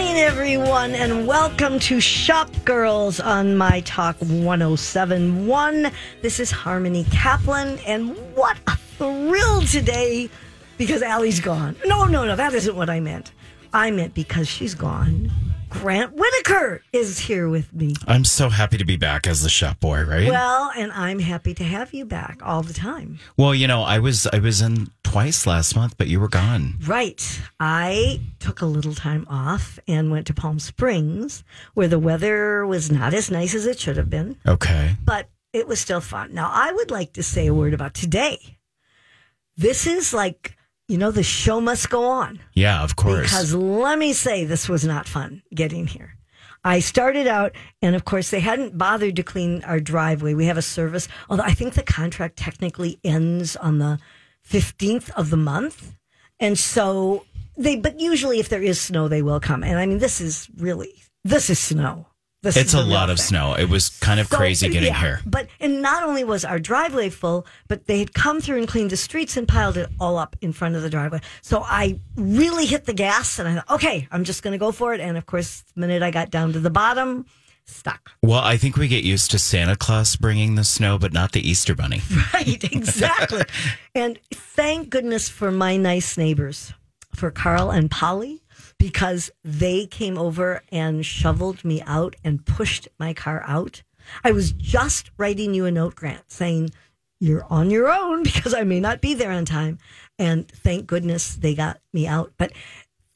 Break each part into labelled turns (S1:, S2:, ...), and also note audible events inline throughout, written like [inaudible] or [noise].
S1: everyone, and welcome to Shop Girls on My Talk 1071. This is Harmony Kaplan, and what a thrill today because Allie's gone. No, no, no, that isn't what I meant. I meant because she's gone. Grant Whitaker is here with me.
S2: I'm so happy to be back as the shop boy, right? Well,
S1: Well, and I'm happy to have you back all the time.
S2: you know, I was I was in twice last month, but you were gone.
S1: Right. I took a little time off and went to Palm Springs where the weather was not as nice as it should have been.
S2: Okay.
S1: but it was still fun. Now, I would like to say a word about today. This is like, you know, the show must go on.
S2: Yeah, of course.
S1: Because let me say, this was not fun getting here. I started out, and of course, they hadn't bothered to clean our driveway. We have a service, although I think the contract technically ends on the 15th of the month. And so they, but usually if there is snow, they will come. And I mean, this is really, this is snow. This
S2: it's
S1: is
S2: a
S1: the real
S2: lot of
S1: thing.
S2: snow. It was kind of
S1: So,
S2: crazy getting
S1: yeah,
S2: here.
S1: But and not only was our driveway full, but they had come through and cleaned the streets and piled it all up in front of the driveway. So I really hit the gas and I thought, okay, I'm just going to go for it. And of course, the minute I got down to the bottom, stuck.
S2: Well, I think we get used to Santa Claus bringing the snow, but not the Easter Bunny.
S1: [laughs] Right, exactly. and thank goodness for my nice neighbors, for Carl and Polly, because they came over and shoveled me out and pushed my car out. I was just writing you a note, Grant, saying, You're on your own [laughs] because I may not be there on time. And thank goodness they got me out. But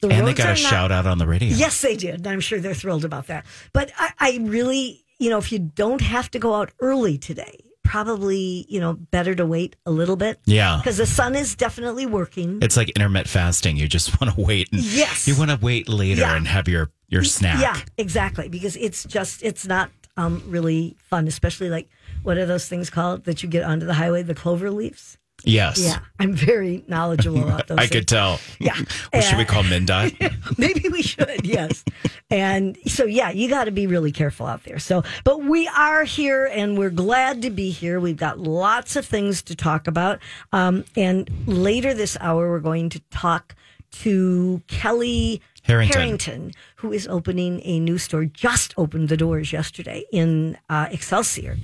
S1: the
S2: And they
S1: roads
S2: got a
S1: are not-
S2: shout out on the radio.
S1: Yes, they did. I'm sure they're thrilled about that. But I, I really, you know, if you don't have to go out early today, probably, you know, better to wait a little bit.
S2: Yeah.
S1: Because the sun is definitely working.
S2: It's like intermittent fasting. You just [laughs] want to wait and
S1: Yes.
S2: you want to wait later
S1: Yeah.
S2: and have your your snack.
S1: Yeah, exactly. Because it's just, it's not um, really fun, especially like, what are those things called that you get onto the highway? The clover leaves?
S2: Yes.
S1: Yeah. [laughs] I'm very knowledgeable about those.
S2: [laughs] I
S1: things.
S2: could tell.
S1: Yeah.
S2: what should we
S1: Uh,
S2: call
S1: [laughs]
S2: Mindy?
S1: Maybe we should, yes. and so, yeah, you got to be really careful out there. So, but we are here and we're glad to be here. We've got lots of things to talk about. Um, and later this hour, we're going to talk to Kelly
S2: Harrington.
S1: Harrington, who is opening a new store, just opened the doors yesterday in uh, Excelsior.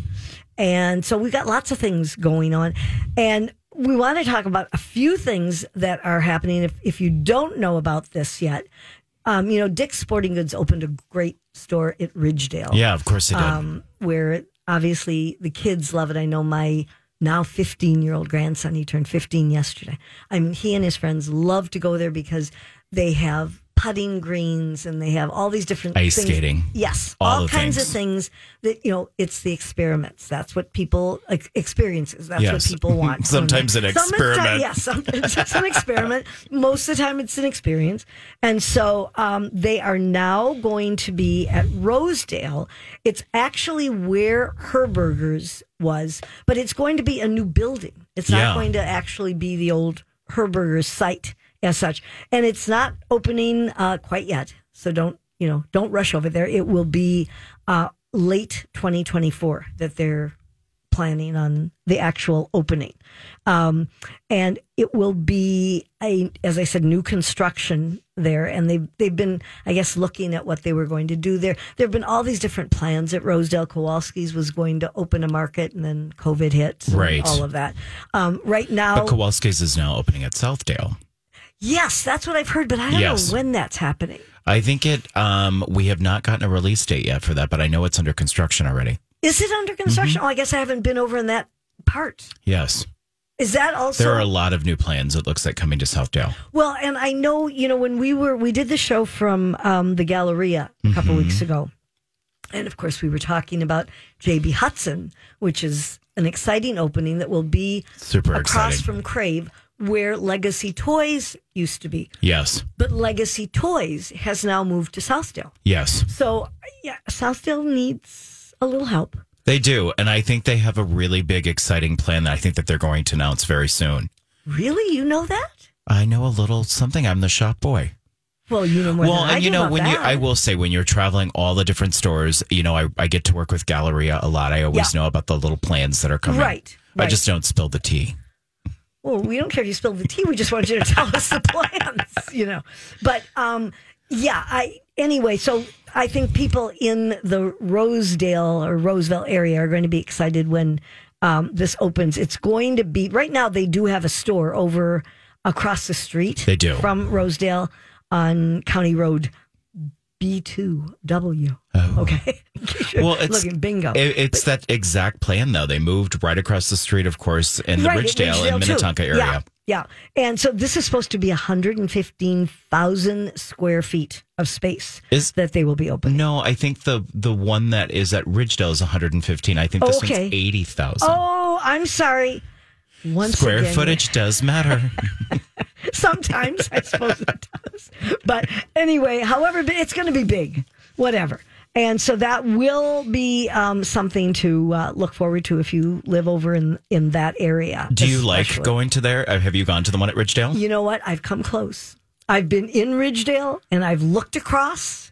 S1: And so we've got lots of things going on. And we want to talk about a few things that are happening. If, if you don't know about this yet, um, you know, Dick's Sporting Goods opened a great store at Ridgedale
S2: yeah, of course it did.
S1: um, where obviously the kids love it. I know my now 15 year old grandson, he turned 15 yesterday. I mean, he and his friends love to go there because they have putting greens and they have all these different
S2: Ice
S1: things.
S2: skating.
S1: Yes.
S2: All
S1: all
S2: the
S1: kinds
S2: things.
S1: of things that, you know, it's the experiments. That's what people like, experiences. That's
S2: Yes.
S1: what people
S2: [laughs]
S1: want.
S2: Sometimes an
S1: [laughs] Sometimes-
S2: experiment.
S1: yes, [laughs] sometimes it's an experiment. Most of the time, it's an experience. And so um, they are now going to be at Rosedale. It's actually where Herberger's was, but it's going to be a new building. It's not
S2: Yeah.
S1: going to actually be the old Herberger's site as such. And it's not opening uh, quite yet. So don't, you know, don't rush over there. It will be uh, late 2024 that they're planning on the actual opening. Um, and it will be a, as I said, new construction there. And they've, they've been, I guess, looking at what they were going to do there. There've been all these different plans that Rosedale Kowalski's was going to open a market and then COVID hit. and
S2: Right.
S1: All of that. Um, right now.
S2: but Kowalski's is now opening at Southdale.
S1: yes, that's what I've heard, but I don't
S2: Yes.
S1: know when that's happening.
S2: I think it. Um, we have not gotten a release date yet for that, but I know it's under construction already.
S1: Is it under construction?
S2: Mm-hmm.
S1: Oh, I guess I haven't been over in that part.
S2: Yes,
S1: Is that also?
S2: there are a lot of new plans. It looks like coming to Southdale.
S1: Well, and I know, you know, when we were, we did the show from um, the Galleria a
S2: Mm-hmm.
S1: couple weeks ago. And of course, we were talking about JB Hudson, which is an exciting opening that will be
S2: Super
S1: across
S2: exciting.
S1: from Crave, where Legacy Toys used to be.
S2: Yes,
S1: But Legacy Toys has now moved to Southdale.
S2: yes,
S1: So, yeah, Southdale needs a little help.
S2: they do, and I think they have a really big, exciting plan that I think that they're going to announce very soon.
S1: Really? You know that?
S2: I know a little something. I'm the shop boy.
S1: Well, you know more
S2: well,
S1: than
S2: and
S1: I
S2: you
S1: do
S2: know
S1: about
S2: when you,
S1: that.
S2: I will say when you're traveling all the different stores, you know, I, I get to work with Galleria a lot. I always know about the little plans that are coming.
S1: Right,
S2: I
S1: right.
S2: just don't spill the tea. [laughs]
S1: Well, we don't care if you spill the tea. We just want you to tell us the plans, you know. But um, Yeah. I anyway. So I think people in the Rosedale or Roseville area are going to be excited when um, this opens. It's going to be right now. They do have a store over across the street.
S2: They do.
S1: from Rosedale on County Road B two W. Okay.
S2: Oh.
S1: [laughs]
S2: Well, it's-
S1: looking bingo.
S2: It, it's that exact plan, though. They moved right across the street, of course, in the
S1: Right, at
S2: Ridgedale and
S1: too.
S2: Minnetonka area.
S1: Yeah, yeah. And so this is supposed to be 115,000 square feet of space
S2: Is-
S1: that they will be open.
S2: No, I think the the one that is at Ridgedale is 115. I think this
S1: Okay.
S2: one's 80,000.
S1: Oh, I'm sorry. Once
S2: Square
S1: again,
S2: footage does matter.
S1: [laughs] Sometimes I suppose it does. But anyway, however, but it's going to be big, whatever. And so that will be um, something to uh, look forward to if you live over in, in that area.
S2: Do you like
S1: [laughs] especially.
S2: going to there? Uh, Have you gone to the one at Ridgedale?
S1: You know what? I've come close. I've been in Ridgedale and I've looked across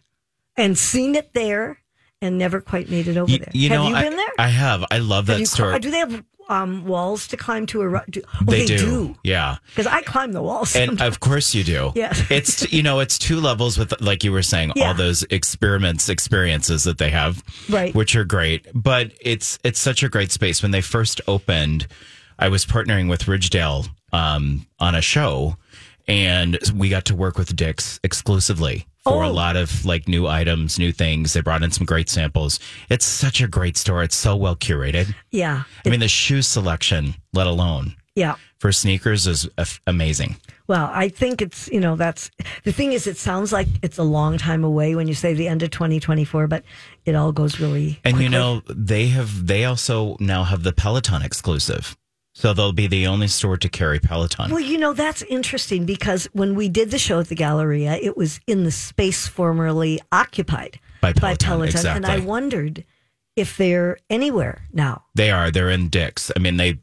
S1: and seen it there and never quite made it over
S2: Y-
S1: there.
S2: you know,
S1: have you
S2: I,
S1: been there?
S2: I have. I love
S1: Have
S2: that
S1: you
S2: store.
S1: cli- do they have um, walls to climb to? Or, do, oh,
S2: they,
S1: they, do.
S2: Yeah.
S1: Because I climb the walls.
S2: And of course you do.
S1: Yes.
S2: It's you know, it's two levels with like you were saying,
S1: Yeah.
S2: all those experiments, experiences that they have.
S1: Right.
S2: Which are great. But it's it's such a great space. When they first opened, I was partnering with Ridgedale um on a show and we got to work with Dick's exclusively for a
S1: Oh.
S2: lot of like new items, new things. They brought in some great samples. It's such a great store. It's so well curated.
S1: yeah,
S2: I mean the shoe selection, let alone
S1: yeah.
S2: for sneakers is af- amazing.
S1: Well, I think it's, you know, that's the thing is, it sounds like it's a long time away when you say the end of 2024, but it all goes really.
S2: And you know, they have they also now have the Peloton exclusive. So they'll be the only store to carry Peloton.
S1: Well, you know, that's interesting because when we did the show at the Galleria, it was in the space formerly occupied
S2: By Peloton,
S1: And I
S2: exactly.
S1: wondered if they're anywhere now.
S2: They are, they're in Dick's. I mean, they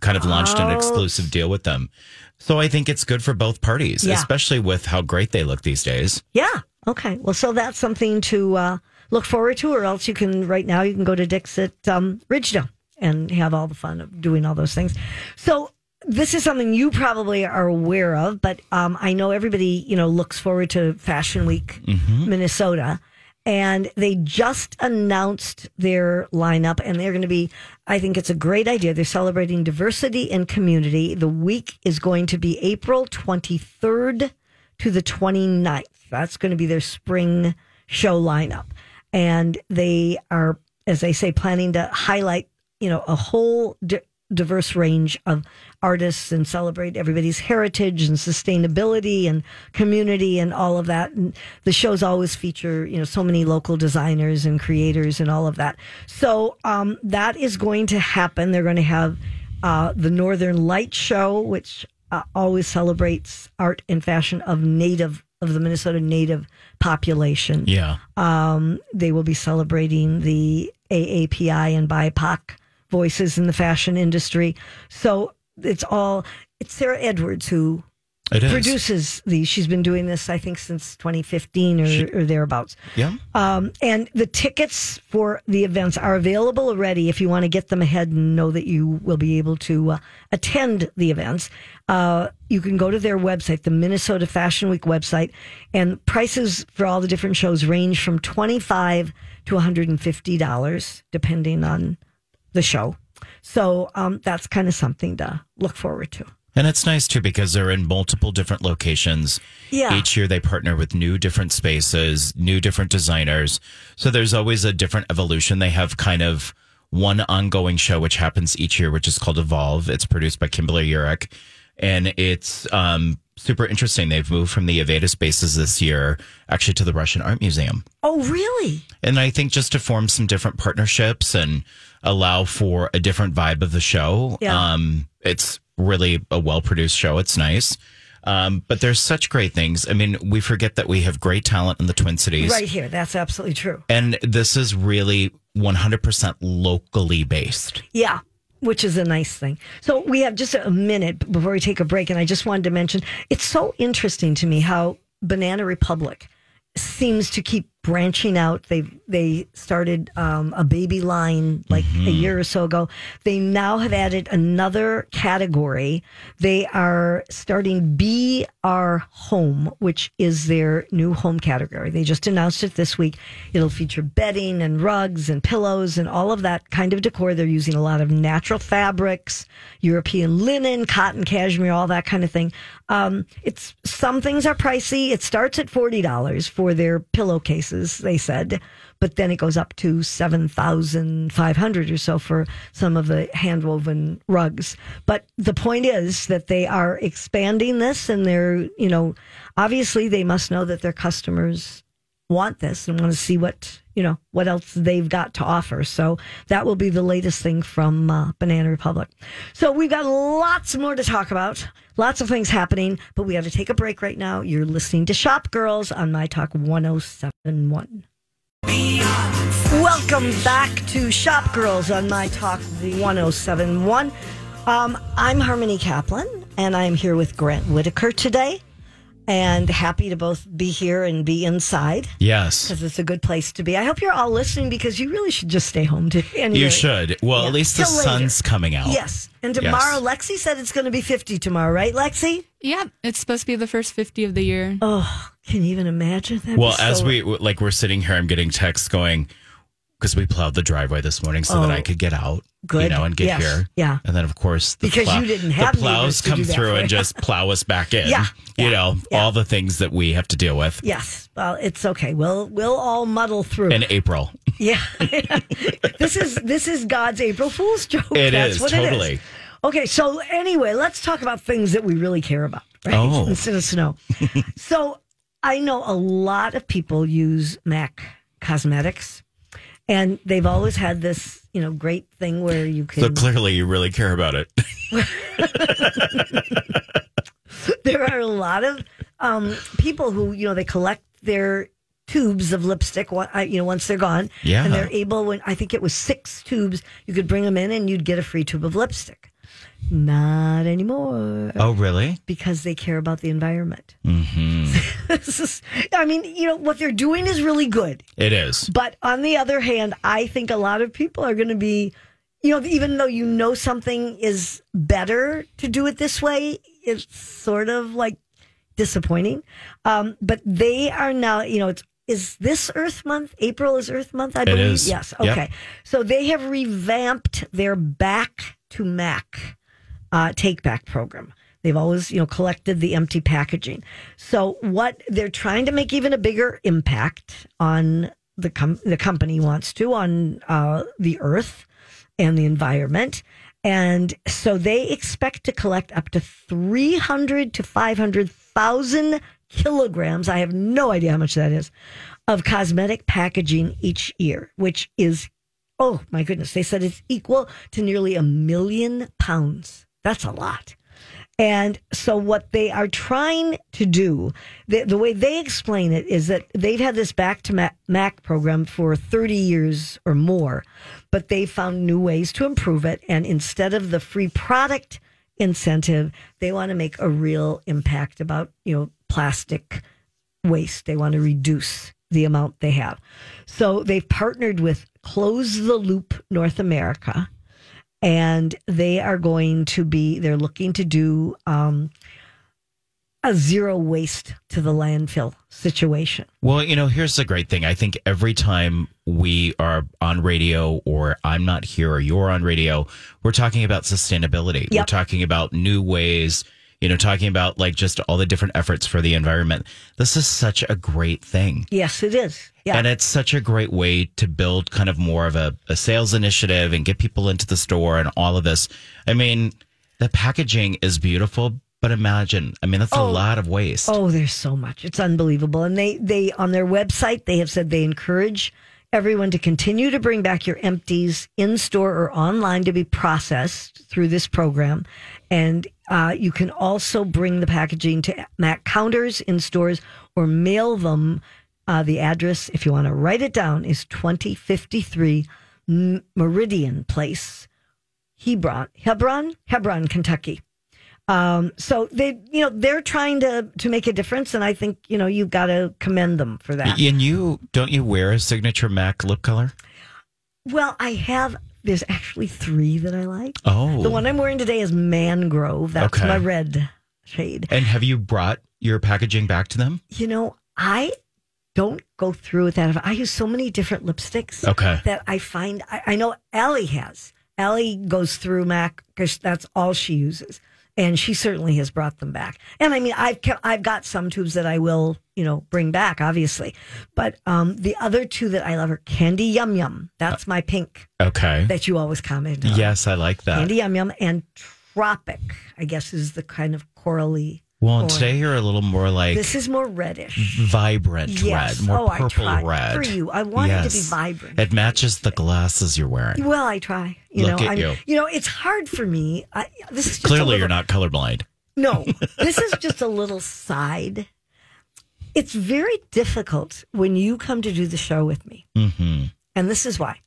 S2: kind of launched an
S1: Oh.
S2: exclusive deal with them. So I think it's good for both parties,
S1: Yeah.
S2: especially with how great they look these days.
S1: Yeah. Okay. Well, so that's something to uh, look forward to, or else you can, right now, you can go to Dick's at um, Ridgedale and have all the fun of doing all those things. So, this is something you probably are aware of, but um, I know everybody, you know, looks forward to Fashion Week, Minnesota. And they just announced their lineup, and they're going to be, I think it's a great idea. They're celebrating diversity and community. The week is going to be April 23rd to the 29th. That's going to be their spring show lineup. And they are, as they say, planning to highlight, you know, a whole di- diverse range of artists and celebrate everybody's heritage and sustainability and community and all of that. And the shows always feature, you know, so many local designers and creators and all of that. So um, that is going to happen. They're going to have uh, the Northern Light Show, which uh, always celebrates art and fashion of native of the Minnesota native population.
S2: Yeah.
S1: They will be celebrating the AAPI and BIPOC voices in the fashion industry. So it's all it's Sarah Edwards who
S2: It is.
S1: produces these. She's been doing this, I think, since 2015 or, or thereabouts.
S2: Yeah.
S1: Um, and the tickets for the events are available already if you want to get them ahead and know that you will be able to uh, attend the events. Uh, you can go to their website, the Minnesota Fashion Week website, and prices for all the different shows range from 25 to $150, depending on the show. So um, that's kind of something to look forward to.
S2: And it's nice too because they're in multiple different locations.
S1: Yeah.
S2: Each year they partner with new different spaces, new different designers. So there's always a different evolution. They have kind of one ongoing show which happens each year, which is called Evolve. It's produced by Kimberly Yurick. And it's um, super interesting. They've moved from the Aveda spaces this year actually to the Russian Art Museum.
S1: Oh, really?
S2: And I think just to form some different partnerships and allow for a different vibe of the show.
S1: Yeah.
S2: Um, it's really a well produced show. It's nice. Um, but there's such great things. I mean, we forget that we have great talent in the Twin Cities.
S1: Right here. That's absolutely true.
S2: And this is really 100% locally based.
S1: Yeah, which is a nice thing. So we have just a minute before we take a break, and I just wanted to mention it's so interesting to me how Banana Republic seems to keep branching out. They they started um, a baby line like a year or so ago. They now have added another category. They are starting Be Our Home, which is their new home category. They just announced it this week. It'll feature bedding and rugs and pillows and all of that kind of decor. They're using a lot of natural fabrics, European linen, cotton, cashmere, all that kind of thing. Um, it's some things are pricey. It starts at forty dollars for their pillowcases, they said, but then it goes up to seven thousand five hundred or so for some of the handwoven rugs. But the point is that they are expanding this, and they're you know obviously they must know that their customers want this and want to see what you know what else they've got to offer. So that will be the latest thing from uh, Banana Republic. So we've got lots more to talk about, lots of things happening, but we got to take a break right now. You're listening to Shop Girls on My Talk 1071. Welcome back to Shop Girls on My Talk 1071. Um, I'm Harmony Kaplan, and I'm here with Grant Whitaker today, and happy to both be here and be inside
S2: Yes.
S1: because it's a good place to be. I hope you're all listening because you really should just stay home. To, anyway.
S2: You should. Well, at least the
S1: Till later.
S2: sun's coming out.
S1: Yes. And
S2: Yes.
S1: tomorrow, Lexi said it's going to be 50 tomorrow, right, Lexi?
S3: Yeah, it's supposed to be the first 50 of the year.
S1: Oh, can you even imagine that?
S2: Well, as we like, we're sitting here. I'm getting texts going because we plowed the driveway this morning so that I could get out, you
S1: Oh. Good.
S2: know, and get
S1: Yes.
S2: here.
S1: Yeah.
S2: and then of course the
S1: Because you didn't have
S2: the
S1: neighbors
S2: plows
S1: to do
S2: come
S1: that
S2: through
S1: for you.
S2: and just plow us back in.
S1: Yeah.
S2: you know
S1: Yeah.
S2: all the things that we have to deal with
S1: Yes. Well, it's okay. We'll we'll all muddle through.
S2: in April.
S1: [laughs]
S2: [laughs]
S1: yeah. this is this is God's April Fool's joke.
S2: It
S1: That's
S2: is,
S1: what it
S2: totally.
S1: is. Okay, so anyway, let's talk about things that we really care about, right?
S2: Oh.
S1: [laughs] Instead of
S2: [laughs]
S1: snow. so I know a lot of people use MAC cosmetics and they've always had this, you know, great thing where you can
S2: So clearly, you really care about it.
S1: there are a lot of um, people who you know they collect their tubes of lipstick one- uh, you know once they're gone
S2: Yeah.
S1: and they're able when i think it was six tubes you could bring them in and you'd get a free tube of lipstick not anymore
S2: [laughs] oh, really?
S1: because they care about the environment This is- [laughs] i mean you know what they're doing is really good
S2: It is.
S1: but on the other hand, I think a lot of people are going to be, you know, even though you know something is better to do it this way, it's sort of like disappointing. Um, but they are now, you know, it's is this Earth Month? April is Earth Month, I believe.
S2: is.
S1: Yes.
S2: Yep.
S1: Okay. So they have revamped their back to Mac uh, take back program. They've always, you know, collected the empty packaging. So what they're trying to make even a bigger impact on the com- the company wants to on uh, the earth and the environment. And so they expect to collect up to 300 to 500,000 kilograms. I have no idea how much that is of cosmetic packaging each year, which is Oh my goodness. They said it's equal to nearly a million pounds. That's a lot. And so, what they are trying to do, the, the way they explain it is that they've had this back to Ma- Mac program for 30 years or more, but they found new ways to improve it. And instead of the free product incentive, they want to make a real impact about, you know, plastic waste. They want to reduce the amount they have. So they've partnered with Close the Loop North America, and they are going to be, they're looking to do um, a zero waste to the landfill situation.
S2: Well, you know, here's the great thing. I think every time we are on radio or I'm not here or you're on radio, we're talking about sustainability. We're
S1: Yep.
S2: talking about new ways, you know, talking about like just all the different efforts for the environment. This is such a great thing.
S1: Yes, it is. Yeah.
S2: And it's such a great way to build kind of more of a, a sales initiative and get people into the store and all of this. I mean, the packaging is beautiful, but imagine, I mean, that's a lot of waste.
S1: Oh, there's so much. It's unbelievable. And they they on their website they have said they encourage everyone to continue to bring back your empties in store or online to be processed through this program. And uh, you can also bring the packaging to Mac counters in stores or mail them. Uh, the address, if you want to write it down, is 2053 M- Meridian Place, Hebron, Hebron, Hebron, Kentucky. Um, so they, you know, they're trying to to make a difference, and I think you know you've got to commend them for that.
S2: And you don't you wear a signature MAC lip color?
S1: Well, I have. There's actually three that I like.
S2: Oh,
S1: The one I'm wearing today is mangrove. That's
S2: Okay.
S1: my red shade.
S2: and have you brought your packaging back to them?
S1: You know, I don't go through with that. I use so many different lipsticks
S2: Okay.
S1: that I find. I, I know Allie has. Allie goes through Mac because that's all she uses, and she certainly has brought them back. And I mean, I've kept, I've got some tubes that I will you know bring back, obviously, but um, the other two that I love are Candy Yum Yum. That's my pink
S2: Okay.
S1: that you always comment on.
S2: Yes, I like that.
S1: Candy Yum Yum and Tropic, I guess, is the kind of corally.
S2: well,
S1: orange.
S2: today you're a little more like
S1: This is more reddish.
S2: vibrant
S1: Yes.
S2: Mm-hmm. red, more
S1: Oh, I
S2: purple
S1: tried.
S2: red.
S1: For you. I want it to be
S2: Yes.
S1: vibrant.
S2: It matches the glasses you're wearing.
S1: Well, I try. You
S2: Look
S1: know,
S2: at
S1: I'm,
S2: you.
S1: know, it's hard for me. I, this is just a
S2: Clearly,
S1: little-
S2: you're not colorblind.
S1: No,
S2: [laughs]
S1: this is just a little side. It's very difficult when you come to do the show with me.
S2: hmm
S1: And this is why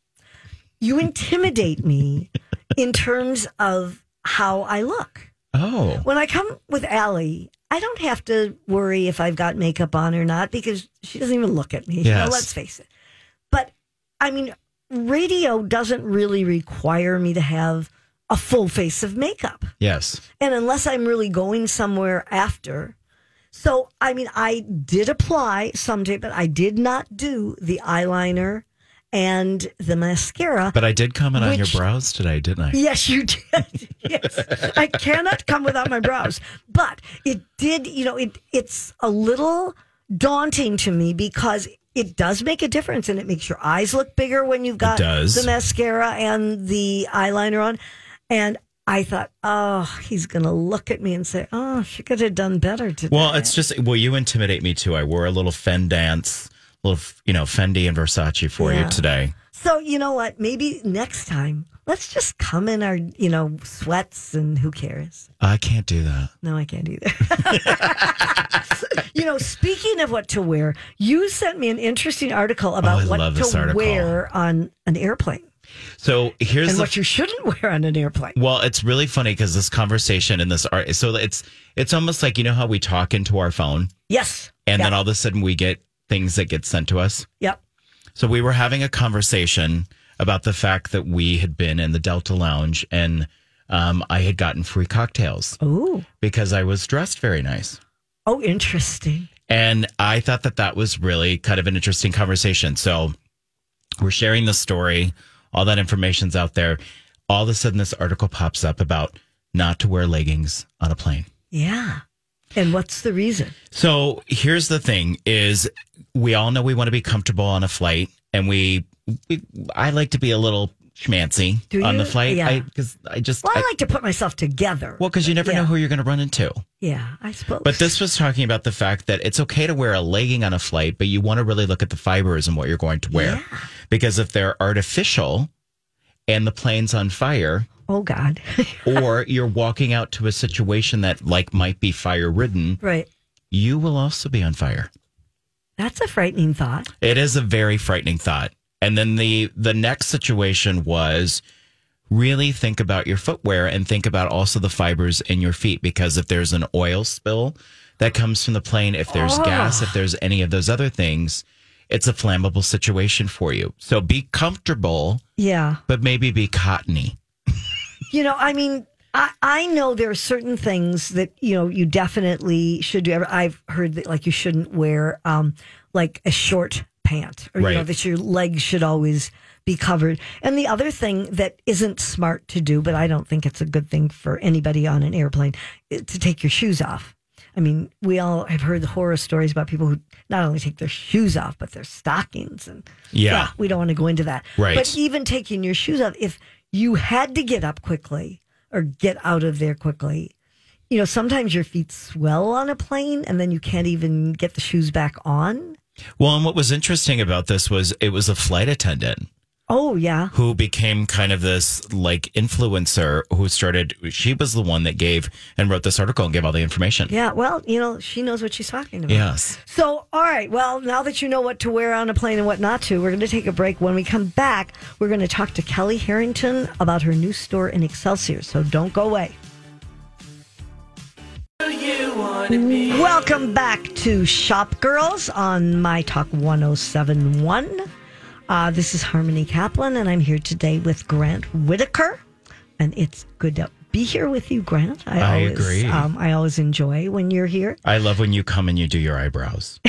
S1: you intimidate me in terms of how I look.
S2: Oh,
S1: When I come with Allie, I don't have to worry if I've got makeup on or not because she doesn't even look at me. You know,
S2: Yes.
S1: let's face it. But I mean, radio doesn't really require me to have a full face of makeup.
S2: yes.
S1: And unless I'm really going somewhere after. So, I mean, I did apply someday, but I did not do the eyeliner and the mascara.
S2: But I did comment on your
S1: Which-
S2: brows today, didn't I?
S1: Yes, you did. [laughs] yes, I cannot come without my brows. But it did. You know, it it's a little daunting to me because it does make a difference, and it makes your eyes look bigger when you've got
S2: does.
S1: the mascara and the eyeliner on. And I thought, oh, he's gonna look at me and say, oh, she could have done better today.
S2: Well, it's just well, you intimidate me too. I wore a little Fendance, little you know Fendi and Versace for
S1: Yeah.
S2: you today.
S1: So you know what? Maybe next time, let's just come in our you know sweats and who cares.
S2: I can't do that.
S1: No, I can't either. [laughs] you know, speaking of what to wear, you sent me an interesting article about
S2: Oh, I
S1: what
S2: love this
S1: to
S2: article.
S1: wear on an airplane
S2: So here's
S1: and
S2: the
S1: what you shouldn't [laughs] wear on an airplane.
S2: Well, it's really funny because this conversation and this art. So it's it's almost like you know how we talk into our phone,
S1: Yes.
S2: and
S1: Yeah.
S2: then all of a sudden we get things that get sent to us.
S1: Yep.
S2: So we were having a conversation about the fact that we had been in the Delta Lounge and um, I had gotten free cocktails
S1: Oh.
S2: because I was dressed very nice.
S1: Oh, interesting.
S2: And I thought that that was really kind of an interesting conversation. So we're sharing the story, all that information's out there. All of a sudden, this article pops up about not to wear leggings on a plane.
S1: Yeah. And what's the reason?
S2: So here's the thing: is we all know we want to be comfortable on a flight, and we, we I like to be a little schmancy
S1: Do
S2: on the
S1: you?
S2: flight,
S1: Yeah.
S2: because I, just
S1: Well, I
S2: I-
S1: like to put myself together.
S2: well, because you never know
S1: Yeah.
S2: who you're going to run into.
S1: yeah, I suppose.
S2: But this was talking about the fact that it's okay to wear a legging on a flight, but you want to really look at the fibers and what you're going to wear.
S1: Yeah.
S2: Because if they're artificial and the plane's on fire,
S1: Oh, God. [laughs]
S2: or you're walking out to a situation that like might be fire ridden,
S1: right.
S2: you will also be on fire.
S1: That's a frightening thought.
S2: It is a very frightening thought. And then the the next situation was really think about your footwear and think about also the fibers in your feet because if there's an oil spill that comes from the plane, if there's gas, if there's any of those other things, it's a flammable situation for you. So be comfortable,
S1: Yeah.
S2: but maybe be cottony.
S1: You know, I mean, I, I know there are certain things that, you know, you definitely should do. I've heard that, like, you shouldn't wear, um, like, a short pant or, you know,
S2: Right.
S1: that your legs should always be covered. And the other thing that isn't smart to do, but I don't think it's a good thing for anybody on an airplane, is to take your shoes off. I mean, we all have heard the horror stories about people who not only take their shoes off, but their stockings and
S2: Yeah.
S1: we don't want to go into that.
S2: Right.
S1: But even taking your shoes off, if you had to get up quickly or get out of there quickly, you know, sometimes your feet swell on a plane and then you can't even get the shoes back on.
S2: Well, and what was interesting about this was it was a flight attendant
S1: Oh, yeah.
S2: who became kind of this like influencer who started she was the one that gave and wrote this article and gave all the information.
S1: Yeah. Well, you know, she knows what she's talking about.
S2: Yes.
S1: So, all right. Well, now that you know what to wear on a plane and what not to, we're going to take a break. When we come back, we're going to talk to Kelly Harrington about her new store in Excelsior. So don't go away. Welcome back to Shop Girls on My Talk 1071. Uh, this is Harmony Kaplan, and I'm here today with Grant Whitaker. And it's good to be here with you, Grant.
S2: I
S1: always,
S2: agree.
S1: Um, I always enjoy when you're here.
S2: I love when you come and you do your eyebrows.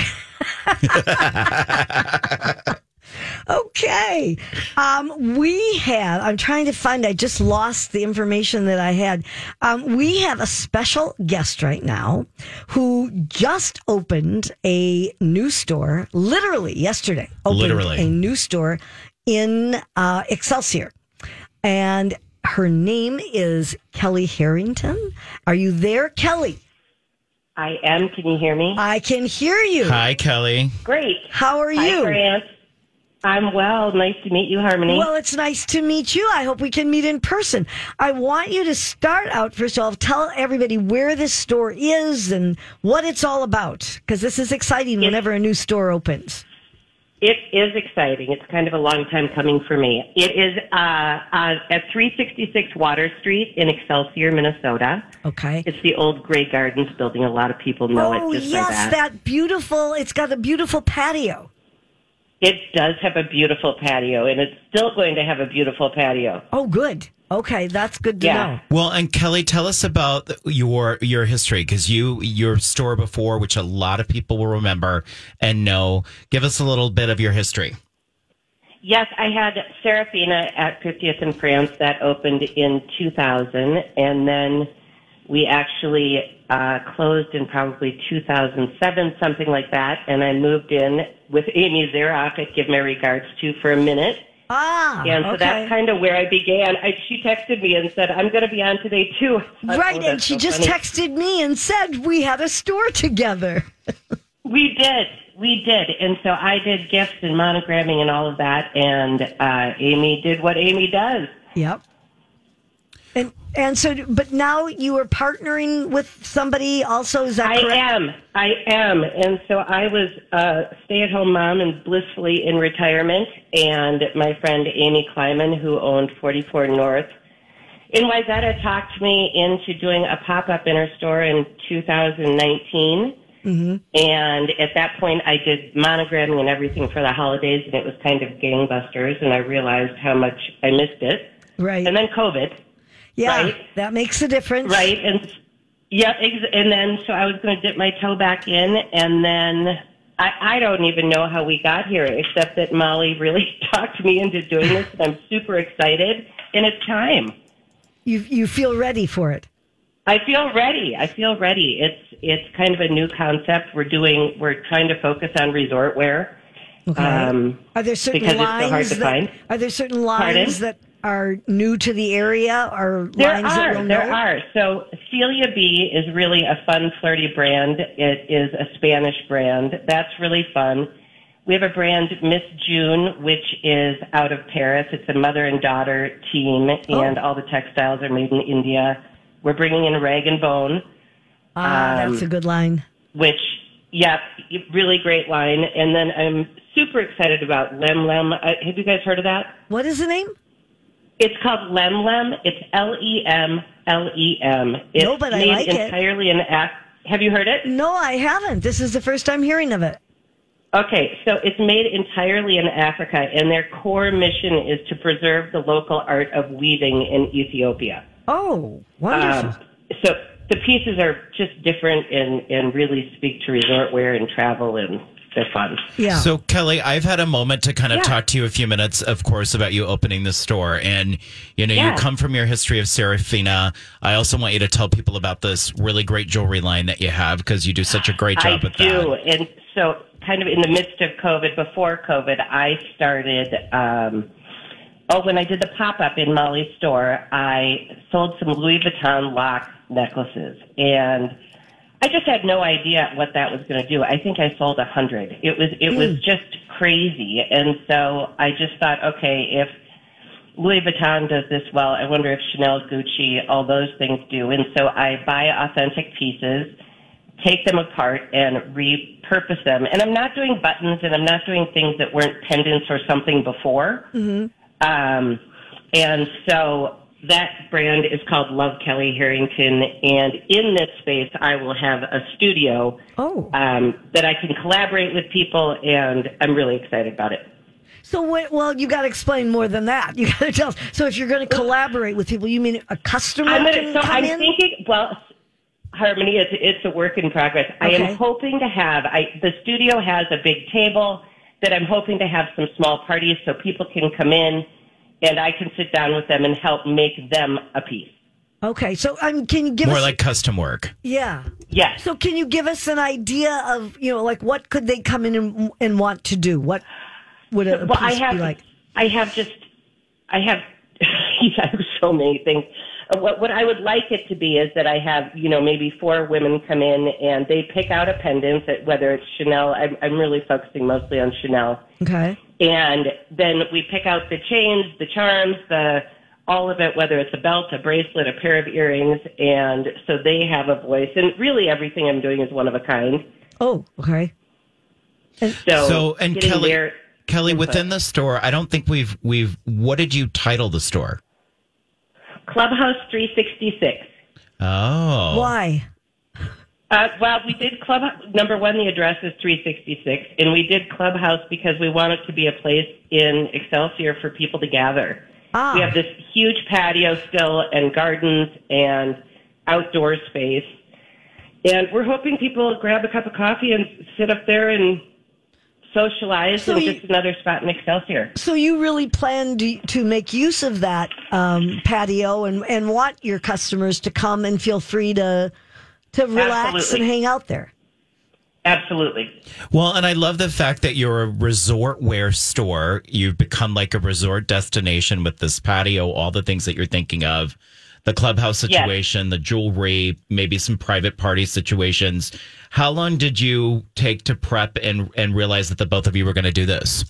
S1: Okay. Um, we have, I'm trying to find, I just lost the information that I had. Um, we have a special guest right now who just opened a new store, literally yesterday, opened
S2: Literally.
S1: a new store in uh, Excelsior. And her name is Kelly Harrington. Are you there, Kelly?
S4: I am. Can you hear me?
S1: I can hear you.
S2: Hi, Kelly.
S4: Great.
S1: How are
S4: Hi,
S1: Uh, you?
S4: Grant. I'm well. Nice to meet you, Harmony.
S1: Well, it's nice to meet you. I hope we can meet in person. I want you to start out first of all, tell everybody where this store is and what it's all about because this is exciting whenever a new store opens.
S4: it is exciting. It's kind of a long time coming for me. It is uh, uh, at 366 Water Street in Excelsior, Minnesota.
S1: Okay.
S4: It's the old Gray Gardens building. A lot of people know
S1: oh,
S4: it just
S1: yes,
S4: by that.
S1: beautiful, it's got a beautiful patio.
S4: It does have a beautiful patio, and it's still going to have a beautiful patio.
S1: Oh, good. Okay, that's good to
S4: Yeah.
S1: know.
S2: Well, and Kelly, tell us about your your history because you your store before, which a lot of people will remember and know. Give us a little bit of your history.
S4: Yes, I had Serafina at 50th in France that opened in 2000, and then we actually uh, closed in probably 2007, something like that. And I moved in with Amy Zeroff at Give My Regards to for a minute,
S1: Ah,
S4: and so
S1: okay.
S4: that's kind of where I began. I, she texted me and said, "I'm going to be on today too." I thought,
S1: Right,
S4: oh,
S1: and
S4: that's
S1: she
S4: so
S1: just
S4: funny.
S1: texted me and said we had a store together.
S4: We did. We did. And so I did gifts and monogramming and all of that. And uh, Amy did what Amy does.
S1: Yep. And and so, but now you are partnering with somebody. Also, is that
S4: I
S1: correct?
S4: am. I am. And so I was a stay at home mom and blissfully in retirement. And my friend Amy Kleiman, who owned 44 North in Wayzata, talked me into doing a pop up in her store in 2019. And at that point, I did monogramming and everything for the holidays, and it was kind of gangbusters. And I realized how much I missed it.
S1: right.
S4: And then COVID.
S1: yeah,
S4: right.
S1: that makes a difference.
S4: Right. And yeah, ex- and then so I was going to dip my toe back in, and then I, I don't even know how we got here, except that Molly really [laughs] talked me into doing this, and I'm super excited, and it's time.
S1: You you feel ready for it.
S4: I feel ready. I feel ready. It's it's kind of a new concept. We're doing. We're trying to focus on resort wear.
S1: Okay.
S4: Um,
S1: are there certain
S4: because it's so
S1: lines
S4: hard to
S1: that
S4: find.
S1: are there certain lines
S4: Pardon?
S1: that are new to the area or
S4: There
S1: lines that
S4: are,
S1: you'll
S4: there
S1: know?
S4: are. So Celia B is really a fun, flirty brand. It is a Spanish brand. That's really fun. We have a brand, Miss June, which is out of Paris. It's a mother and daughter team, and all the textiles are made in India. We're bringing in rag and bone,
S1: Ah, that's
S4: Um,
S1: a good line.
S4: which, yeah, really great line. And then I'm super excited about Lem Lem. Uh, have you guys heard of that?
S1: What is the name?
S4: It's called Lem Lem. It's L E M L E M. It's
S1: No, but I
S4: made
S1: like it.
S4: entirely in Af- Have you heard it?
S1: No, I haven't. This is the first time hearing of it.
S4: Okay, so it's made entirely in Africa, and their core mission is to preserve the local art of weaving in Ethiopia.
S1: Oh, wonderful.
S4: Um, so the pieces are just different and, and really speak to resort wear and travel, and they're fun.
S1: yeah.
S2: So, Kelly, I've had a moment to kind of
S4: Yeah.
S2: talk to you a few minutes, of course, about you opening this store. And, you know,
S4: Yeah.
S2: you come from your history of Serafina. I also want you to tell people about this really great jewelry line that you have because you do such a great job
S4: I
S2: with
S4: do.
S2: that.
S4: And so, kind of in the midst of COVID, before COVID, I started. Um, oh, when I did the pop up in Molly's store, I sold some Louis Vuitton lock necklaces, and I just had no idea what that was going to do. I think I sold a hundred. It was it was just crazy, and so I just thought, okay, if Louis Vuitton does this well. I wonder if Chanel, Gucci, all those things do. And so I buy authentic pieces, take them apart, and repurpose them. And I'm not doing buttons and I'm not doing things that weren't pendants or something before. Um, and so that brand is called Love Kelly Harrington, and in this space, I will have a studio
S1: Oh.
S4: um, that I can collaborate with people, and I'm really excited about it.
S1: So, wait, well, you got to explain more than that. You got to tell us. So, if you're going to collaborate with people, you mean a customer
S4: I'm
S1: can
S4: gonna, so
S1: come
S4: I'm
S1: in?
S4: thinking. Well, Harmony, it's it's a work in progress. I
S1: Okay.
S4: am hoping to have. I the studio has a big table that I'm hoping to have some small parties so people can come in, and I can sit down with them and help make them a piece.
S1: okay. So, um, can you give
S2: More
S1: us?
S2: like custom work.
S1: yeah.
S4: Yes.
S1: So, can you give us an idea of you know, like what could they come in and, and want to do? What would a, a
S4: well, I
S1: piece
S4: have,
S1: be like?
S4: I have just, I have, [laughs] I have so many things. Uh, What what I would like it to be is that I have, you know, maybe four women come in and they pick out a pendant, that whether it's Chanel. I'm, I'm really focusing mostly on Chanel,
S1: Okay.
S4: and then we pick out the chains, the charms, the all of it, whether it's a belt, a bracelet, a pair of earrings, and so they have a voice. And really, everything I'm doing is one of a kind.
S1: Oh, okay.
S4: So,
S2: so and
S4: getting
S2: Kelly,
S4: their
S2: Kelly,
S4: input.
S2: within the store, I don't think we've we've. What did you title the store?
S4: Clubhouse 366.
S2: Oh,
S1: Why?
S4: Uh, well, we did club number one. The address is three sixty six, and we did clubhouse because we want it to be a place in Excelsior for people to gather.
S1: Ah.
S4: We have this huge patio still, and gardens and outdoor space, and we're hoping people grab a cup of coffee and sit up there and socialize
S1: So
S4: in
S1: you-
S4: just another spot in Excelsior.
S1: So you really plan to, to make use of that um, patio and, and want your customers to come and feel free to to relax
S4: Absolutely.
S1: and hang out there.
S4: Absolutely.
S2: Well, and I love the fact that you're a resort wear store. You've become like a resort destination with this patio, all the things that you're thinking of, the clubhouse
S4: Yes.
S2: situation, the jewelry, maybe some private party situations. How long did you take to prep and and realize that the both of you were going to do this?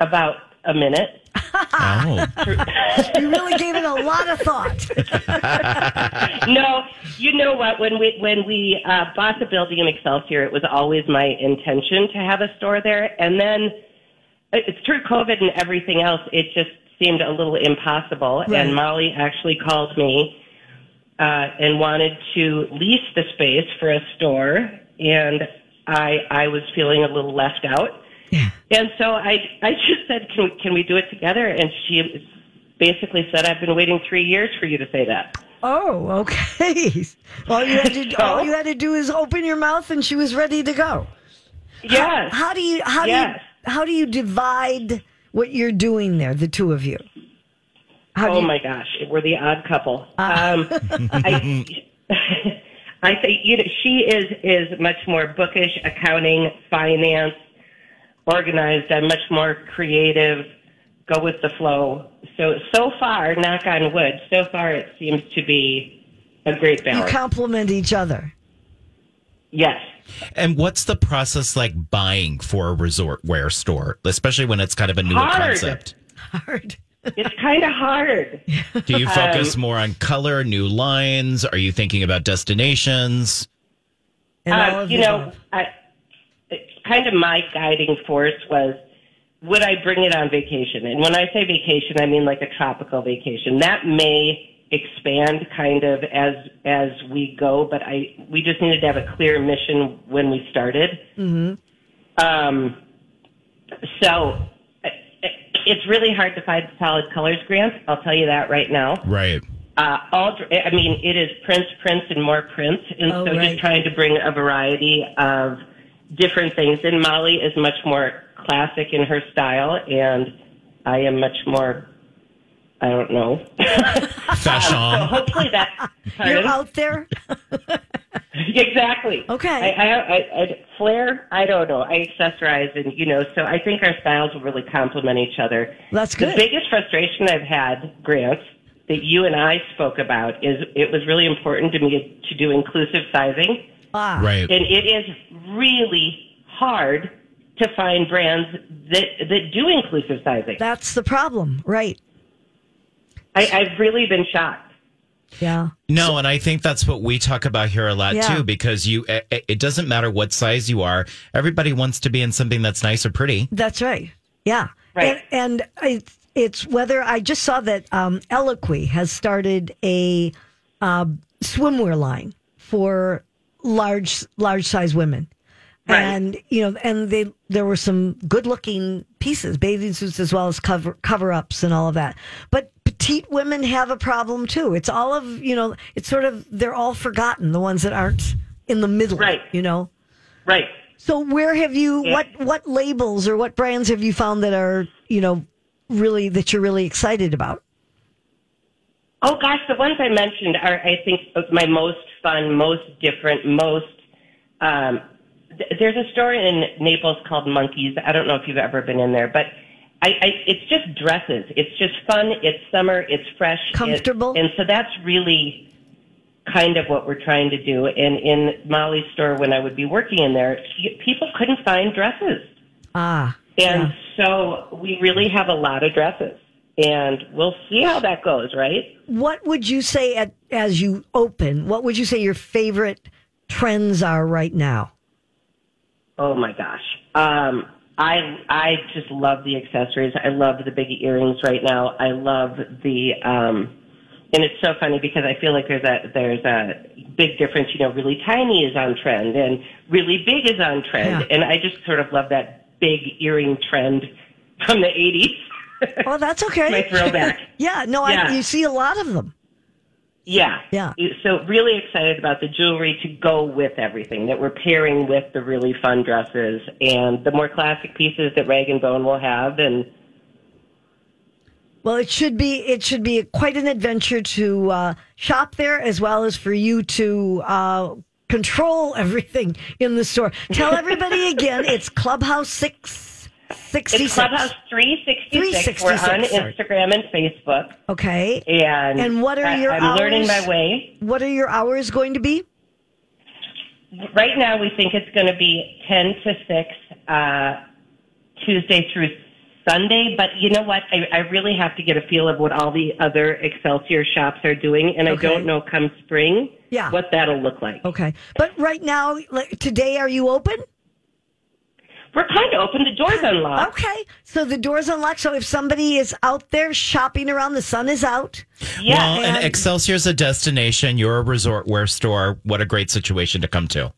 S4: About a minute. Ah.
S2: Oh,
S1: You really gave it a lot of thought.
S4: no, you know what? When we when we uh, bought the building in Excelsior, it was always my intention to have a store there. And then uh, it's through COVID and everything else, it just seemed a little impossible.
S1: Right.
S4: And Molly actually called me uh, and wanted to lease the space for a store, and I I was feeling a little left out. And so I, I just said, can, can we do it together? And she basically said, I've been waiting three years for you to say that.
S1: Oh, okay. [laughs] All you had to
S4: So-
S1: all you had to do is open your mouth, and she was ready to go.
S4: Yes.
S1: How do you how
S4: Yes.
S1: do you how do you divide what you're doing there, the two of you? How do
S4: oh
S1: you, Uh.
S4: my gosh, we're the odd couple. Um, I, [laughs] I think you know, she is is much more bookish, accounting, finance, organized. I'm much more creative, go with the flow. So so far, knock on wood, so far it seems to be a great
S1: you
S4: balance.
S1: compliment each other. [laughs]
S4: yes.
S2: and what's the process like buying for a resort wear store, especially when it's kind of a newer
S4: Hard.
S2: concept?
S1: Hard.
S4: It's kind of hard.
S2: Do you
S4: [laughs] Um,
S2: focus more on color, new lines? Are you thinking about destinations?
S1: And
S4: Um,
S1: all of
S4: you
S1: the
S4: know,
S1: above.
S4: I, it's kind of my guiding force was would I bring it on vacation? And when I say vacation, I mean like a tropical vacation. That may expand kind of as as we go, but I we just needed to have a clear mission when we started.
S1: Mm-hmm.
S4: Um, so it, it's really hard to find solid colors grants. I'll tell you that right now
S2: Right.
S4: uh, all I mean, it is Prince, Prince, and more Prince, and
S1: Oh,
S4: so
S1: right.
S4: just trying to bring a variety of different things. And Molly is much more classic in her style, and I am much more. I don't know. [laughs] so
S2: Fashion.
S4: hopefully
S1: [laughs]
S4: that.
S1: you're
S4: Pardon?
S1: out there.
S4: [laughs] exactly.
S1: Okay.
S4: I, I, I, I flair. I don't know. I accessorize, and you know. So I think our styles will really complement each other.
S1: That's good.
S4: The biggest frustration I've had, Grant, that you and I spoke about is it was really important to me to do inclusive sizing,
S1: Ah,
S2: Right.
S4: and it is really hard to find brands that that do inclusive sizing.
S1: That's the problem, right?
S4: I, I've really been shocked.
S1: Yeah.
S2: No, and I think that's what we talk about here a lot
S1: Yeah.
S2: too, because you, it, it doesn't matter what size you are. Everybody wants to be in something that's nice or pretty.
S1: That's right. Yeah.
S4: Right.
S1: And, and it's, it's whether I just saw that um, Eloquy has started a uh, swimwear line for large large size women.
S4: Right.
S1: And you know, and they there were some good looking pieces, bathing suits as well as cover cover ups and all of that. But petite women have a problem too. It's all of you know, it's sort of they're all forgotten, the ones that aren't in the middle.
S4: Right.
S1: You know?
S4: Right.
S1: So where have you
S4: Yeah.
S1: what what labels or what brands have you found that are, you know, really that you're really excited about?
S4: Oh gosh, the ones I mentioned are, I think, my most fun, most different, most. Um, th- there's a store in Naples called Monkeys. I don't know if you've ever been in there, but I, I it's just dresses. It's just fun. It's summer. It's fresh. it's-
S1: Comfortable?
S4: and so that's really kind of what we're trying to do. And in Molly's store, when I would be working in there, y- people couldn't find dresses.
S1: Ah.
S4: And so we really have a lot of dresses. And we'll see how that goes, right?
S1: What would you say at, as you open, what would you say your favorite trends are right now?
S4: Oh my gosh. Um, I I just love the accessories. I love the big earrings right now. I love the um, and it's so funny because I feel like there's a there's a big difference. You know, really tiny is on trend and really big is on trend,
S1: Yeah.
S4: and I just sort of love that big earring trend from
S1: [laughs]
S4: the '80s.
S1: Oh, that's okay.
S4: My throwback.
S1: [laughs] yeah, no,
S4: Yeah.
S1: I, you see a lot of them.
S4: Yeah.
S1: Yeah.
S4: So really excited about the jewelry to go with everything that we're pairing with the really fun dresses and the more classic pieces that Rag and Bone will have and
S1: Well, it should be it should be quite an adventure to uh, shop there, as well as for you to uh, control [laughs] everything in the store. Tell
S4: [laughs]
S1: everybody again, it's Clubhouse Six Sixty
S4: it's Clubhouse
S1: Six.
S4: 366. We're
S1: 366,
S4: on
S1: sorry.
S4: Instagram and Facebook
S1: Okay,
S4: and
S1: And what are
S4: I-
S1: your
S4: I'm learning
S1: hours?
S4: my way.
S1: what are your hours going to be?
S4: Right now we think it's going to be 10 to 6 uh Tuesday through Sunday, but you know what? I, I really have to get a feel of what all the other Excelsior shops are doing, and
S1: Okay.
S4: I don't know come spring
S1: Yeah.
S4: what that'll look like.
S1: Okay, but right now, like, today, are you open?
S4: We're kind of open. The door's unlocked.
S1: Okay, so the door's unlocked. So if somebody is out there shopping around, the sun is out.
S4: Yeah.
S2: well, and,
S1: and-
S2: Excelsior's a destination. You're a resort wear store. What a great situation to come to.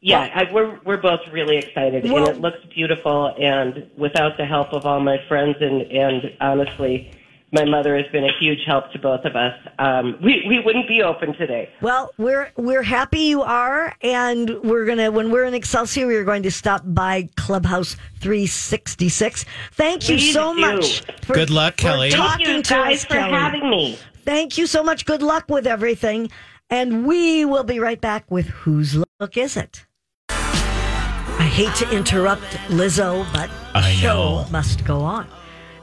S4: yeah. I, we're we're both really excited,
S1: Well-
S4: and it looks beautiful. And without the help of all my friends, and and honestly, my mother has been a huge help to both of us. Um, we we wouldn't be open today.
S1: Well, we're we're happy you are, and we're gonna when we're in Excelsior, we're going to stop by Clubhouse three sixty six. Thank you
S4: Please
S1: so
S4: do.
S1: much. For,
S2: Good luck,
S1: for
S2: Kelly.
S4: Thank
S1: Talking
S4: you
S1: to
S4: guys
S1: us,
S4: for
S1: Kelly.
S4: having me.
S1: Thank you so much. Good luck with everything, and we will be right back with whose look is it. I hate to interrupt Lizzo, but the
S2: I
S1: show
S2: know.
S1: must go on.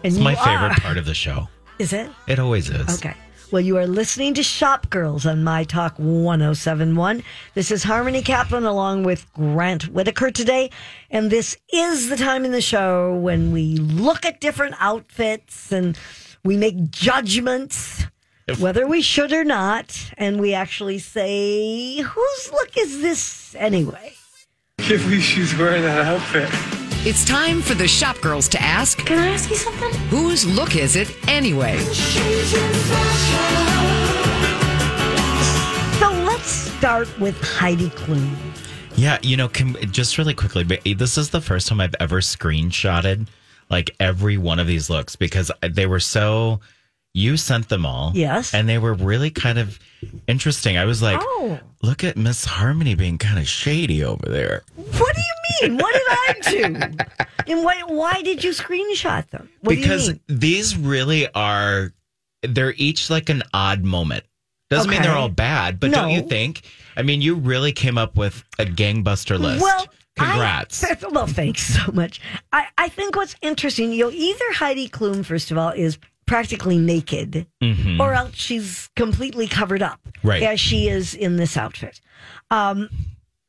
S1: And
S2: It's my
S1: you
S2: favorite
S1: are-
S2: part of the show.
S1: [laughs] Is it?
S2: It always is.
S1: Okay. Well, you are listening to Shop Girls on My Talk 1071. This is Harmony Kaplan along with Grant Whitaker today. And this is the time in the show when we look at different outfits and we make judgments, whether we should or not. And we actually say, whose look is this anyway?
S5: can't believe she's wearing that outfit.
S6: It's time for the shop girls to ask. Can I ask you something? Whose look is it anyway?
S1: So let's start with Heidi Klum.
S2: Yeah, you know, can, just really quickly, but this is the first time I've ever screenshotted like every one of these looks because they were so. You sent them all,
S1: Yes.
S2: and they were really kind of interesting. I was like,
S1: Oh.
S2: look at Miss Harmony being kind of shady over there.
S1: What do you mean? What did I do? And why, why did you screenshot them? What
S2: because
S1: do you mean?
S2: these really are they're each like an odd moment doesn't mean
S1: Okay.
S2: they're all bad but don't you
S1: No.
S2: think i mean you really came up with a gangbuster list
S1: Well, I- [laughs]
S2: congrats
S1: well, thanks so much. I, I think what's interesting, you know, either Heidi Klum, first of all, is practically naked,
S2: Mhm.
S1: or else she's completely covered up,
S2: Right.
S1: as she is in this outfit. Um,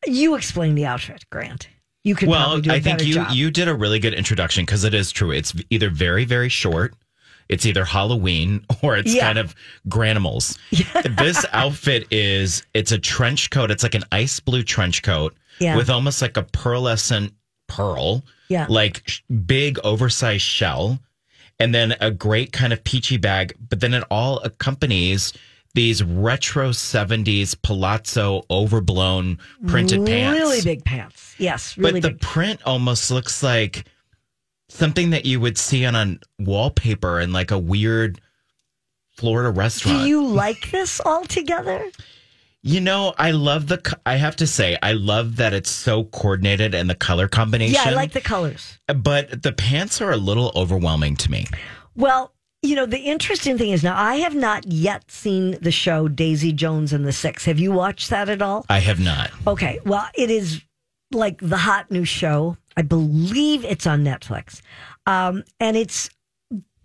S1: you explain the outfit, Grant. You could
S2: well
S1: probably do a
S2: i think
S1: better
S2: you
S1: job.
S2: you did a really good introduction because it is true it's either very very short it's either halloween [laughs] or it's
S1: Yeah.
S2: kind of
S1: [laughs]
S2: granimals this outfit is it's a trench coat it's like an ice blue trench coat
S1: Yeah.
S2: with almost like a pearlescent pearl
S1: Yeah.
S2: like sh- big oversized shell and then a great kind of peachy bag. But then it all accompanies these retro 70s palazzo overblown printed pants.
S1: Really big pants. Yes, really
S2: but the
S1: big.
S2: print almost looks like something that you would see on a wallpaper in like a weird Florida restaurant.
S1: Do you like this altogether?
S2: You know, I love the. co- I have to say, I love that it's so coordinated and the color combination.
S1: Yeah, I like the colors.
S2: But the pants are a little overwhelming to me.
S1: Well, you know, the interesting thing is now I have not yet seen the show Daisy Jones and the Six. Have you watched that at all?
S2: I have not.
S1: Okay. Well, it is like the hot new show. I believe it's on Netflix. Um, and it's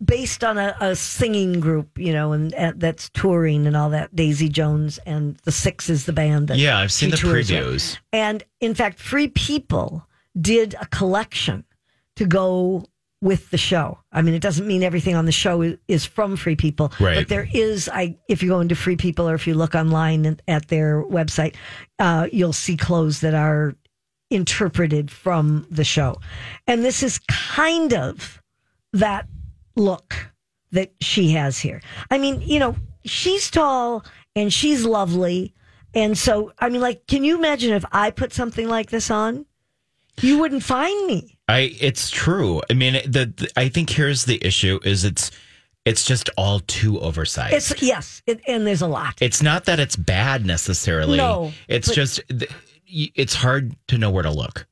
S1: based on a, a singing group, you know, and, and that's touring and all that. Daisy Jones and the Six is the band. That
S2: Yeah, I've seen
S1: she
S2: the
S1: tours with.
S2: previews.
S1: And in fact, Free People did a collection to go with the show. I mean, it doesn't mean everything on the show i- is from Free People,
S2: Right.
S1: but there is. I if you go into Free People or if you look online at- at their website, uh, you'll see clothes that are interpreted from the show, and this is kind of that look that she has here. I mean, you know, she's tall and she's lovely. And so, I mean, like, can you imagine if I put something like this on? You wouldn't find me.
S2: I. It's true. I mean, the, the- I think here's the issue: is it's, it's just all too oversized. It's,
S1: It's, yes, it, and there's a lot. [laughs]
S2: not that it's bad necessarily.
S1: No,
S2: It's
S1: but-
S2: just. th- y- It's hard to know where to look.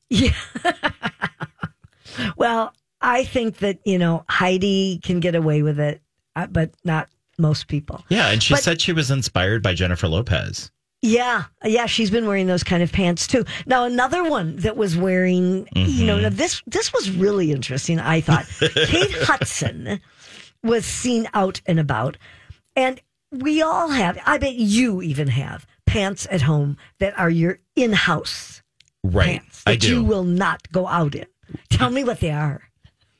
S1: Well, I think that, you know, Heidi can get away with it, uh, but not most people.
S2: Yeah, and she
S1: But-
S2: said she was inspired by Jennifer Lopez.
S1: Yeah, yeah, she's been wearing those kind of pants too. Now another one that was wearing, you know, now this this was really interesting. I thought Kate Hudson was seen out and about, and we all have. I bet you even have pants at home that are your in-house
S2: Right.
S1: pants that
S2: I do.
S1: you will not go out in. Tell me what they are.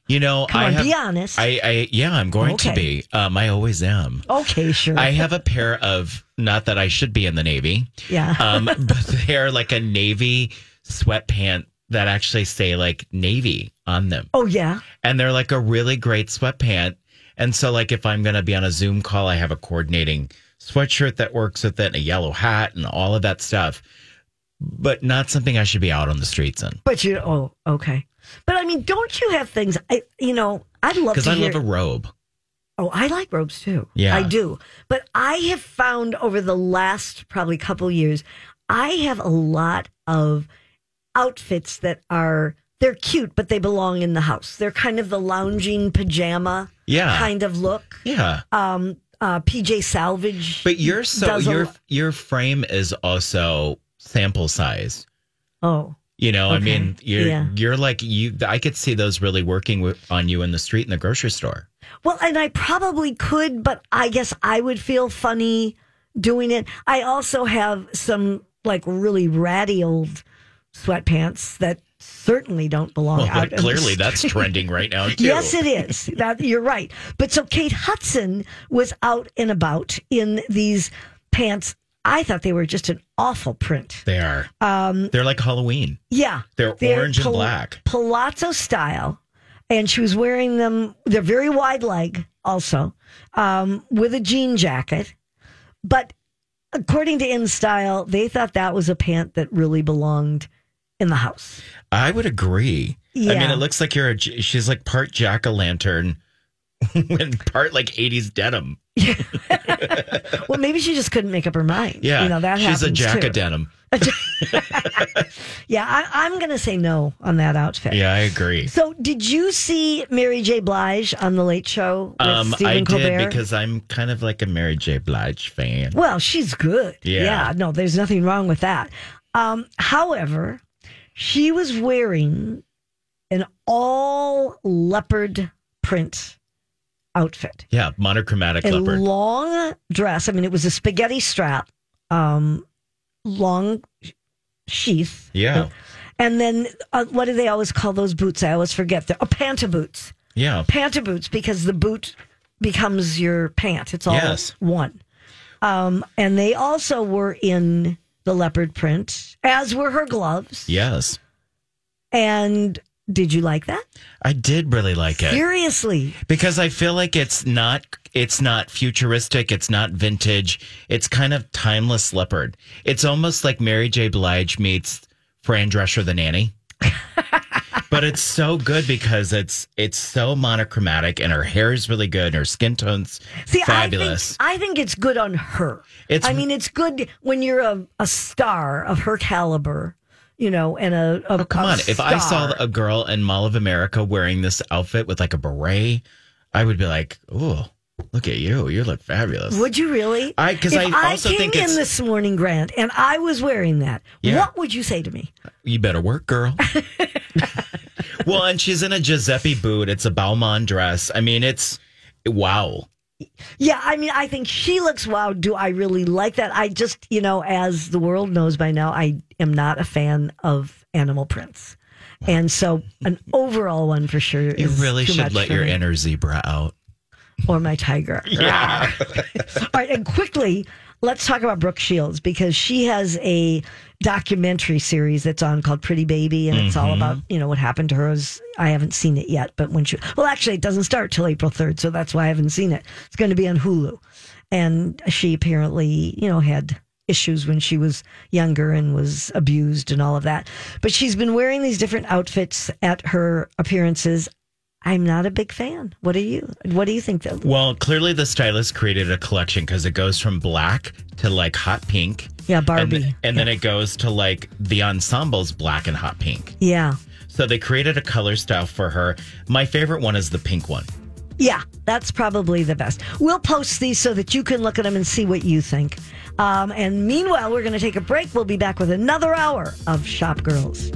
S2: You know,
S1: Come
S2: I
S1: on,
S2: have,
S1: be honest.
S2: I, I yeah, I'm going to
S1: Okay.
S2: be. Um, I always am.
S1: Okay, sure.
S2: I have a pair of not that I should be in the Navy.
S1: Yeah. [laughs]
S2: Um, but they're like a Navy sweatpant that actually say like Navy on them,
S1: oh yeah.
S2: and they're like a really great sweatpant. And so, like, if I'm going to be on a Zoom call, I have a coordinating sweatshirt that works with it, and a yellow hat, and all of that stuff. But not something I should be out on the streets in
S1: But you oh okay. But I mean, don't you have things? I you know, I'd love
S2: because
S1: to
S2: I
S1: hear.
S2: love a robe.
S1: Oh, I like robes too.
S2: Yeah.
S1: I do. But I have found over the last probably couple years, I have a lot of outfits that are they're cute, but they belong in the house. They're kind of the lounging pajama
S2: Yeah.
S1: kind of look.
S2: Yeah.
S1: Um uh PJ Salvage.
S2: But you're so
S1: does a
S2: your
S1: lo-
S2: your frame is also sample size.
S1: Oh.
S2: You know, I
S1: Okay.
S2: mean, you're
S1: Yeah.
S2: you're like you. I could see those really working with, on you in the street in the grocery store.
S1: Well, and I probably could, but I guess I would feel funny doing it. I also have some like really ratty old sweatpants that certainly don't belong
S2: Well,
S1: out. in the
S2: clearly that's
S1: street.
S2: trending right now. Too.
S1: Oh, [laughs] Yes, it is. That you're right. But so Kate Hudson was out and about in these pants. I thought they were just an awful print.
S2: they are. Um, they're like Halloween.
S1: Yeah,
S2: They're orange and black.
S1: palazzo style, and she was wearing them. They're very wide leg, also, um, with a jean jacket. But according to InStyle, they thought that was a pant that really belonged in the house.
S2: I would agree. I mean,
S1: Yeah.
S2: it looks like you're a. j- She's like part jack o' [laughs] lantern, and part like '80s denim.
S1: Well, maybe she just couldn't make up her mind.
S2: Yeah,
S1: you know that
S2: she's a
S1: happens,
S2: jack
S1: too.
S2: o' denim.
S1: Yeah, I, I'm going to say no on that outfit.
S2: Yeah, I agree.
S1: So, did you see Mary J. Blige on the Late Show with
S2: Um,
S1: Stephen
S2: I did
S1: Colbert?
S2: because I'm kind of like a Mary J. Blige fan.
S1: Well, she's good.
S2: Yeah.
S1: no, there's nothing wrong with that. Um, however, she was wearing an all leopard print outfit,
S2: Yeah, monochromatic
S1: a
S2: leopard.
S1: long dress. I mean, it was a spaghetti strap, um, long sheath.
S2: Yeah.
S1: And then, uh, what do they always call those boots? I always forget. They're, oh, panta boots.
S2: yeah.
S1: Panta boots because the boot becomes your pant. It's all
S2: Yes.
S1: one. Um, and they also were in the leopard print, as were her gloves.
S2: Yes.
S1: And Did you like that?
S2: I did really like it.
S1: Seriously.
S2: because I feel like it's not it's not futuristic, it's not vintage. It's kind of timeless leopard. It's almost like Mary J. Blige meets Fran Drescher
S1: [laughs]
S2: the nanny. but it's so good because it's it's so monochromatic and her hair is really good and her skin tone's
S1: See,
S2: fabulous.
S1: I think, I think it's good on her.
S2: It's-
S1: I mean, it's good when you're a, a star of her caliber, you know, and a, a
S2: oh come
S1: a
S2: on. If I saw
S1: star.
S2: a girl in Mall of America wearing this outfit with like a beret, I would be like, Oh, look at you. You look fabulous.
S1: would you really?
S2: I- 'cause
S1: If
S2: I also
S1: came
S2: think
S1: in
S2: it's-
S1: this morning, Grant, and I was wearing that.
S2: Yeah.
S1: What would you say to me?
S2: You better
S1: [laughs]
S2: work, girl. well, and she's in a Giuseppe boot. It's a Balmain dress. I mean, it's wow.
S1: Yeah, I mean, I think she looks wow. Do I really like that? I just, you know, as the world knows by now, I am not a fan of animal prints, and so an overall one for sure.
S2: You
S1: is
S2: really
S1: too
S2: should
S1: much
S2: let
S1: for
S2: your
S1: me.
S2: inner zebra out.
S1: or my
S2: [laughs]
S1: tiger. Yeah. All right, and quickly, let's talk about Brooke Shields because she has a documentary series that's on called Pretty Baby, and it's all about you know what happened to her. Is, I haven't seen it yet, but when she well, actually, it doesn't start till April third, so that's why I haven't seen it. It's going to be on Hulu, and she apparently you know had issues when she was younger and was abused and all of that. But she's been wearing these different outfits at her appearances. I'm not a big fan. What do you? What do you think? Though?
S2: Well, clearly the stylist created a collection because it goes from black to like hot pink.
S1: Yeah,
S2: And,
S1: Barbie.
S2: th- and then it goes to like the ensembles black and hot pink.
S1: yeah.
S2: So they created a color style for her. My favorite one is the pink one.
S1: Yeah, that's probably the best. We'll post these so that you can look at them and see what you think. Um, and meanwhile, we're going to take a break. We'll be back with another hour of Shop Girls.